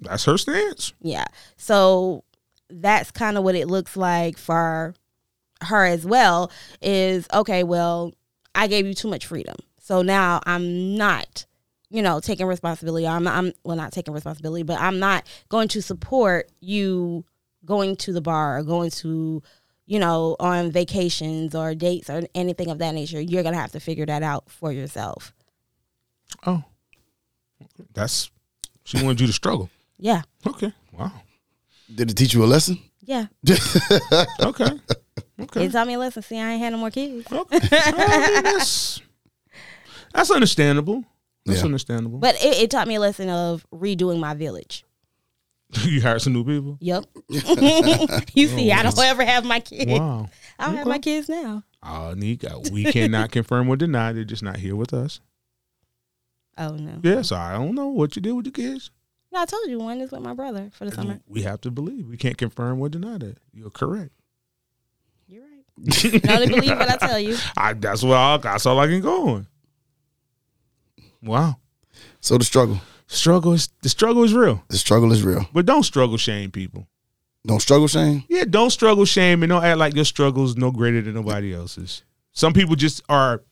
[SPEAKER 2] That's her stance.
[SPEAKER 1] Yeah. So that's kind of what it looks like for her as well is okay, well, I gave you too much freedom. So now I'm not, you know, taking responsibility. I'm not, I'm well not taking responsibility, but I'm not going to support you going to the bar or going to you know, on vacations or dates or anything of that nature, you're gonna have to figure that out for yourself.
[SPEAKER 2] Oh, that's she wanted you to struggle.
[SPEAKER 1] Yeah,
[SPEAKER 2] Okay, wow.
[SPEAKER 3] Did it teach you a lesson?
[SPEAKER 1] yeah.
[SPEAKER 2] Okay, okay.
[SPEAKER 1] It taught me a lesson. See, I ain't had no more kids.
[SPEAKER 2] Okay. I mean, that's, that's understandable. That's
[SPEAKER 3] Yeah.
[SPEAKER 2] understandable.
[SPEAKER 1] But it, it taught me a lesson of redoing my village.
[SPEAKER 2] you hired some new people.
[SPEAKER 1] Yep. you see, I don't ever have my kids.
[SPEAKER 2] Wow.
[SPEAKER 1] I don't have my kids now.
[SPEAKER 2] Uh, Nika, we cannot confirm or deny. They're just not here with us.
[SPEAKER 1] Oh no.
[SPEAKER 2] Yes, I don't know what you did with your kids.
[SPEAKER 1] No, I told you one is with my brother
[SPEAKER 3] Mm.
[SPEAKER 1] for the summer.
[SPEAKER 2] We have to believe. We can't confirm or deny that. You're correct.
[SPEAKER 1] You're right. You only believe what I tell you.
[SPEAKER 2] I, that's what I, that's all I can go on. Wow.
[SPEAKER 3] So the struggle,
[SPEAKER 2] Struggle is the struggle is real.
[SPEAKER 3] the struggle is real.
[SPEAKER 2] But don't struggle shame people.
[SPEAKER 3] Don't struggle, Shane.
[SPEAKER 2] Yeah, don't struggle shame and don't act like your struggle's no greater than nobody else's. Some people just are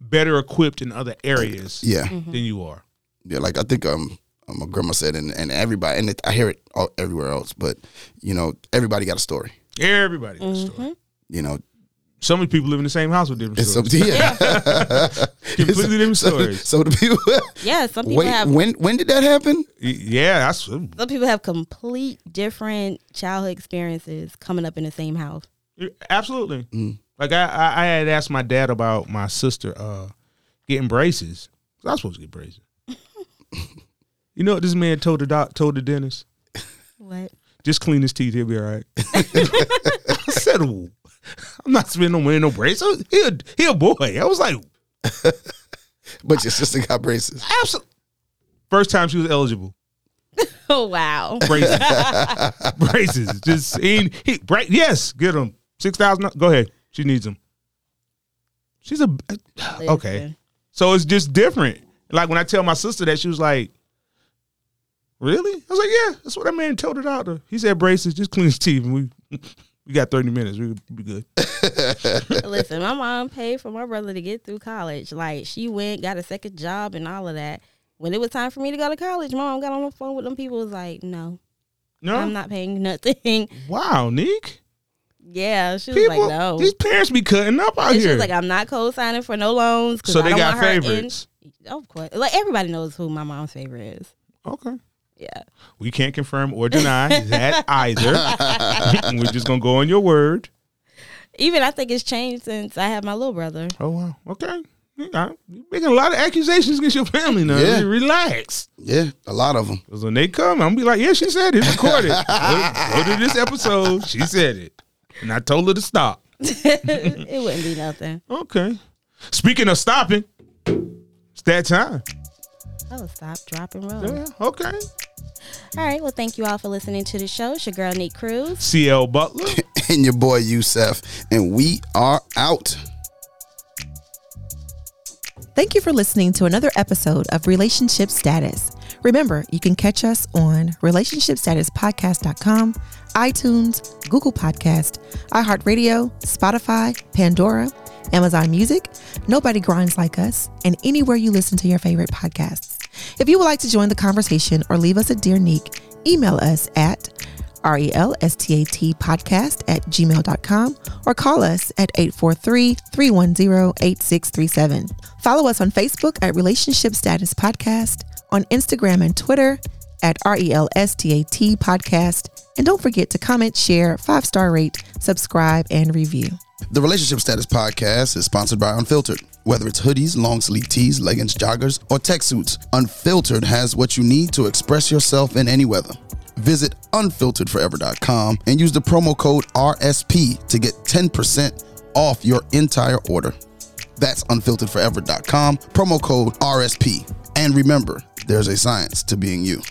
[SPEAKER 2] better equipped in other areas
[SPEAKER 3] Yeah,
[SPEAKER 1] Mm.
[SPEAKER 2] than you are.
[SPEAKER 3] yeah. Like I think um, my grandma said, and and everybody, and it, I hear it all, everywhere else. But you know, everybody got a story.
[SPEAKER 2] Everybody. has a story.
[SPEAKER 3] You know,
[SPEAKER 2] So many people live in the same house with different
[SPEAKER 3] it's
[SPEAKER 2] stories.
[SPEAKER 3] up to yeah.
[SPEAKER 2] Completely different
[SPEAKER 3] so,
[SPEAKER 2] stories.
[SPEAKER 3] so the people.
[SPEAKER 1] Yeah, some people
[SPEAKER 3] Wait,
[SPEAKER 1] have
[SPEAKER 3] when when did that happen?
[SPEAKER 2] Y- Yeah, that's
[SPEAKER 1] some people have complete different childhood experiences coming up in the same house.
[SPEAKER 2] absolutely.
[SPEAKER 3] Mm.
[SPEAKER 2] Like I, I, I had asked my dad about my sister uh, getting braces. I was supposed to get braces. you know what this man told the doc, told the dentist?
[SPEAKER 1] What?
[SPEAKER 2] Just clean his teeth. He'll be all right. I said, "Ooh, I'm not spending no money on no braces. He a, he a boy. I was like,
[SPEAKER 3] But your sister got braces.
[SPEAKER 2] absolutely. First time she was eligible.
[SPEAKER 1] Oh wow.
[SPEAKER 2] Braces. braces. Just, he, he, bra- yes, get them. 6000 Go ahead. She needs them. She's a, okay.
[SPEAKER 1] Listen.
[SPEAKER 2] So it's just different. Like when I tell my sister that, she was like, Really? I was like, Yeah, that's what that man told her doctor. He said braces, just clean his teeth. And we We got thirty minutes. We we good.
[SPEAKER 1] Listen, my mom paid for my brother to get through college. Like she went, got a second job, and all of that. When it was time for me to go to college, my mom got on the phone with them people. Was like, "No,
[SPEAKER 2] No.
[SPEAKER 1] I'm not paying nothing."
[SPEAKER 2] wow, Nick.
[SPEAKER 1] yeah, she was
[SPEAKER 2] People,
[SPEAKER 1] like, "No."
[SPEAKER 2] these parents be cutting up out
[SPEAKER 1] And she
[SPEAKER 2] here.
[SPEAKER 1] was like, "I'm not co-signing for no loans." 'cause
[SPEAKER 2] so
[SPEAKER 1] I
[SPEAKER 2] they
[SPEAKER 1] don't
[SPEAKER 2] got
[SPEAKER 1] want her in-"
[SPEAKER 2] favorites.
[SPEAKER 1] Of course, like everybody knows who my mom's favorite is.
[SPEAKER 2] Okay.
[SPEAKER 1] Yeah,
[SPEAKER 2] We can't confirm or deny that either. We're just gonna go on your word.
[SPEAKER 1] even I think it's changed since I had my little brother.
[SPEAKER 2] Oh wow. Okay. You got- you making a lot of accusations against your family now.
[SPEAKER 3] Yeah.
[SPEAKER 2] Relax.
[SPEAKER 3] Yeah, a lot of them.
[SPEAKER 2] 'Cause when they come, I'm gonna be like, yeah, she said it. Record it. go, go to this episode. She said it. And I told her to stop.
[SPEAKER 1] It wouldn't be nothing.
[SPEAKER 2] Okay. Speaking of stopping, it's that time.
[SPEAKER 1] Oh, stop, drop, and roll.
[SPEAKER 2] Yeah, okay.
[SPEAKER 1] All right. Well, thank you all for listening to the show. It's your girl, Nate Cruz.
[SPEAKER 2] CL Butler.
[SPEAKER 3] And your boy Yusef. And we are out.
[SPEAKER 4] Thank you for listening to another episode of Relationship Status. Remember, you can catch us on relationshipstatuspodcast.com, iTunes, Google Podcast, iHeartRadio, Spotify, Pandora, Amazon Music, Nobody Grinds Like Us, and anywhere you listen to your favorite podcasts. If you would like to join the conversation or leave us a dear nick, email us at R E L S T A T podcast at gmail.com or call us at 843 310 8637. Follow us on Facebook at Relationship Status Podcast, on Instagram and Twitter at R E L S T A T podcast. And don't forget to comment, share, five star rate, subscribe, and review.
[SPEAKER 3] The Relationship Status Podcast is sponsored by Unfiltered. Whether it's hoodies, long sleeve tees, leggings, joggers, or tech suits, Unfiltered has what you need to express yourself in any weather. Visit unfilteredforever.com and use the promo code RSP to get 10% off your entire order. That's unfilteredforever.com, promo code RSP. And remember, there's a science to being you.